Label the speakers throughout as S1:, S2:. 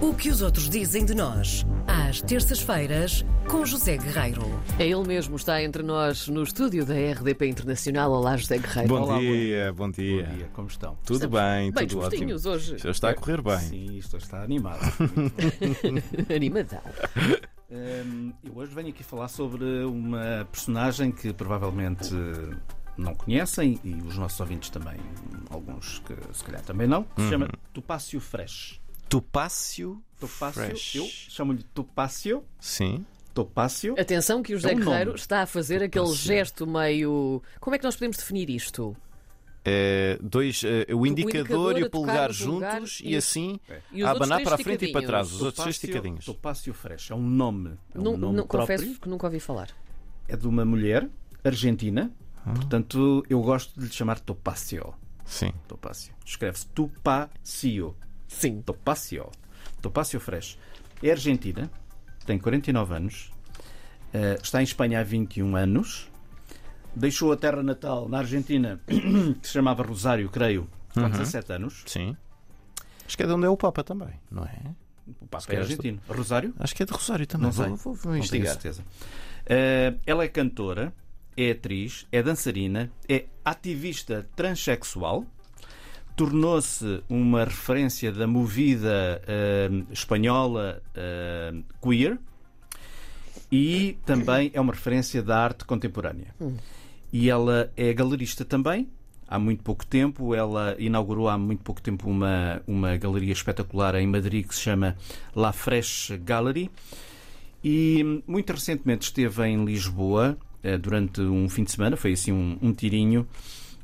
S1: O que os outros dizem de nós, às terças-feiras, com José Guerreiro.
S2: É ele mesmo, está entre nós no estúdio da RDP Internacional. É, Olá, José Guerreiro.
S3: Bom,
S4: Olá,
S3: dia, bom dia,
S4: Bom dia, como estão?
S3: Tudo bem,
S2: Bem
S3: tudo ótimo.
S2: dispostinhos hoje.
S3: Já está a correr bem.
S4: Sim, isto está animado.
S2: Animadão.
S4: Hum, eu hoje venho aqui falar sobre uma personagem que provavelmente eh, não conhecem e os nossos ouvintes também, hum, alguns que se calhar também não, que se chama
S3: Uhum.
S4: Topácio Fresh.
S3: Topácio.
S4: Topácio,
S3: Fresh.
S4: eu chamo-lhe Topácio.
S3: Sim.
S4: Topácio.
S2: Atenção que o José
S4: É um nome.
S2: Guerreiro está a fazer aquele gesto meio. Como é que nós podemos definir isto?
S3: É, dois, é, o, indicador
S2: indicador
S3: e
S2: a
S3: o
S2: tocar
S3: polegar
S2: o polegar
S3: juntos
S2: e-
S3: e assim
S2: E
S3: a
S2: outros
S3: abanar
S2: três
S3: para a frente e para trás. Os
S2: esticadinhos?
S3: outros dois esticadinhos.
S4: Topácio Fresh é um nome, é um
S2: Não,
S4: nome
S2: não-
S4: próprio.
S2: confesso que nunca ouvi falar.
S4: É de uma mulher argentina,
S3: Ah.
S4: portanto eu gosto de lhe chamar Topácio.
S3: Sim.
S4: Topácio. Escreve-se Topácio.
S2: Sim.
S4: Topacio. Topacio Fresh. É argentina, tem 49 anos, eh, está em Espanha há 21 anos, deixou a terra natal na Argentina, que se chamava Rosário, creio, com 17 anos.
S3: Sim. Acho que é de onde é o Papa também, não é?
S4: O Papa é
S3: calhar
S4: argentino. Rosário?
S3: Acho que é de Rosário também.
S4: Não sei.
S3: Vou, vou, vou
S4: Não tenho
S3: investigar.
S4: certeza. Eh, ela é cantora, é atriz, é dançarina, é ativista transexual. Tornou-se uma referência da movida eh, espanhola eh, queer e também é uma referência da arte contemporânea. E ela é galerista também. Há muito pouco tempo, ela inaugurou há muito pouco tempo uma, uma galeria espetacular em Madrid que se chama La Fresh Gallery. E hum, muito recentemente esteve em Lisboa eh, durante um fim de semana, foi assim um, um tirinho.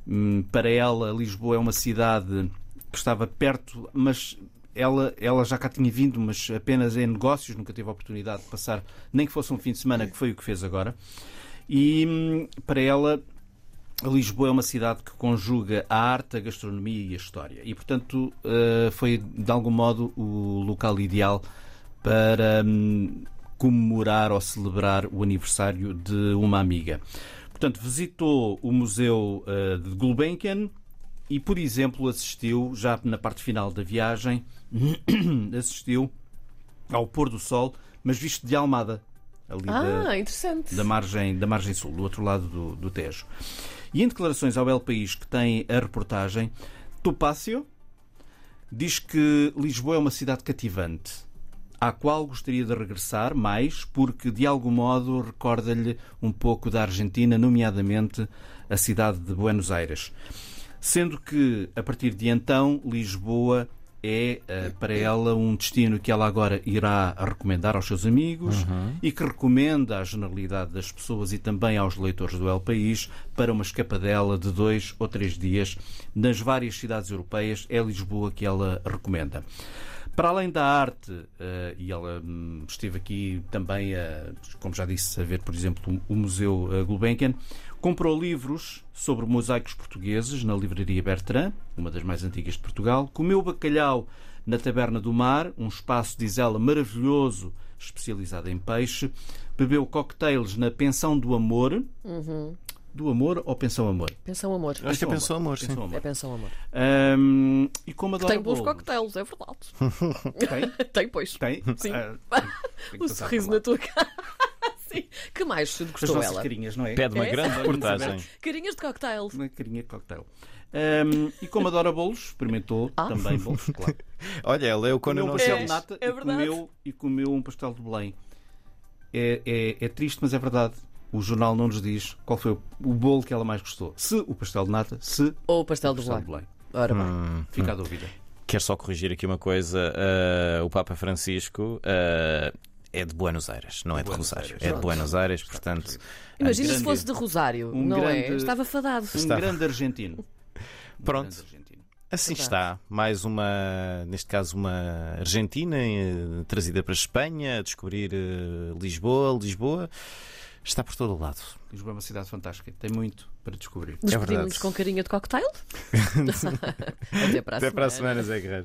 S4: Hum, Para ela, Lisboa é uma cidade que estava perto, mas ela, ela já cá tinha vindo, mas apenas em negócios, nunca teve a oportunidade de passar, nem que fosse um fim de semana, que foi o que fez agora. E hum, para ela, Lisboa é uma cidade que conjuga a arte, a gastronomia e a história. E, portanto, eh, foi de algum modo o local ideal para hum, comemorar ou celebrar o aniversário de uma amiga. Portanto, visitou o Museu eh, de Gulbenkian e, por exemplo, assistiu, já na parte final da viagem, assistiu ao pôr do sol, mas visto de Almada, ali da,
S2: Ah, interessante.
S4: da margem, da margem sul, do outro lado do, do Tejo. E em declarações ao El País, que tem a reportagem, Topácio diz que Lisboa é uma cidade cativante, à qual gostaria de regressar mais, porque de algum modo recorda-lhe um pouco da Argentina, nomeadamente a cidade de Buenos Aires. Sendo que, a partir de então, Lisboa é eh, para ela um destino que ela agora irá recomendar aos seus amigos e que recomenda à generalidade das pessoas e também aos leitores do El País para uma escapadela de dois ou três dias nas várias cidades europeias. É Lisboa que ela recomenda. Para além da arte, eh, e ela hum, esteve aqui também, a, como já disse, a ver, por exemplo, o Museu eh, Gulbenkian, comprou livros sobre mosaicos portugueses na Livraria Bertrand, uma das mais antigas de Portugal, comeu bacalhau na Taberna do Mar, um espaço, diz ela, maravilhoso, especializado em peixe, bebeu cocktails na Pensão do Amor,
S2: Uhum.
S4: do Amor ou Pensão Amor?
S2: Pensão amor.
S3: Acho que é
S4: Pensão
S3: pensou amor, sim.
S4: Pensão
S2: É
S4: Amor.
S2: pensão amor.
S4: Ahm, e como adora
S2: Tem bons
S4: bolos.
S2: coquetéis, é verdade.
S4: Tem?
S2: Tem, pois.
S4: Tem?
S2: Sim.
S4: Ah, tem que
S2: O
S4: passar
S2: sorriso
S4: por lá.
S2: na tua cara. Sim. Que mais se
S4: tá, As
S2: gostou
S4: nossas
S2: ela?
S4: carinhas, não é?
S3: Pede uma
S2: É?
S3: grande reportagem.
S2: Carinhas de cocktail.
S4: Uma carinha de cocktail. Ahm, e como adora bolos, experimentou também bolos, claro.
S3: Olha, ela é o Conan
S4: Comeu um pastel de
S3: Gonçalves.
S4: nata
S2: Ah. É
S4: e,
S2: verdade.
S4: comeu, e comeu um pastel de Belém. É, é- é triste, mas é verdade. O jornal não nos diz qual foi o, o bolo que ela mais gostou. Se o pastel de nata, se o
S2: Ou o pastel do
S4: pastel Hum. de
S2: Belém.
S4: Belém.
S2: Ora bem.
S4: Fica a dúvida.
S3: Quero só corrigir aqui uma coisa. ah, o Papa Francisco ah, é de Buenos Aires, não é de
S4: Buenos
S3: Rosário.
S4: Aires.
S3: É de Buenos Aires, portanto.
S2: Imagina se
S4: grande-
S2: fosse de Rosário,
S4: um
S2: não é?
S4: grande-
S2: Estava fadado.
S4: Um grande argentino. Um grande
S3: Pronto,
S4: argentino.
S3: assim
S2: Verdade.
S3: está. Mais uma, neste caso, uma Argentina eh, trazida para a Espanha, a descobrir eh, Lisboa. Lisboa está por todo o lado.
S4: Lisboa é uma cidade fantástica. Tem muito para descobrir.
S2: Despedimos-nos
S3: É verdade.
S2: com carinha de cocktail. Até para a
S3: Até para a
S2: semana.
S3: semana, Zé Guerreiro.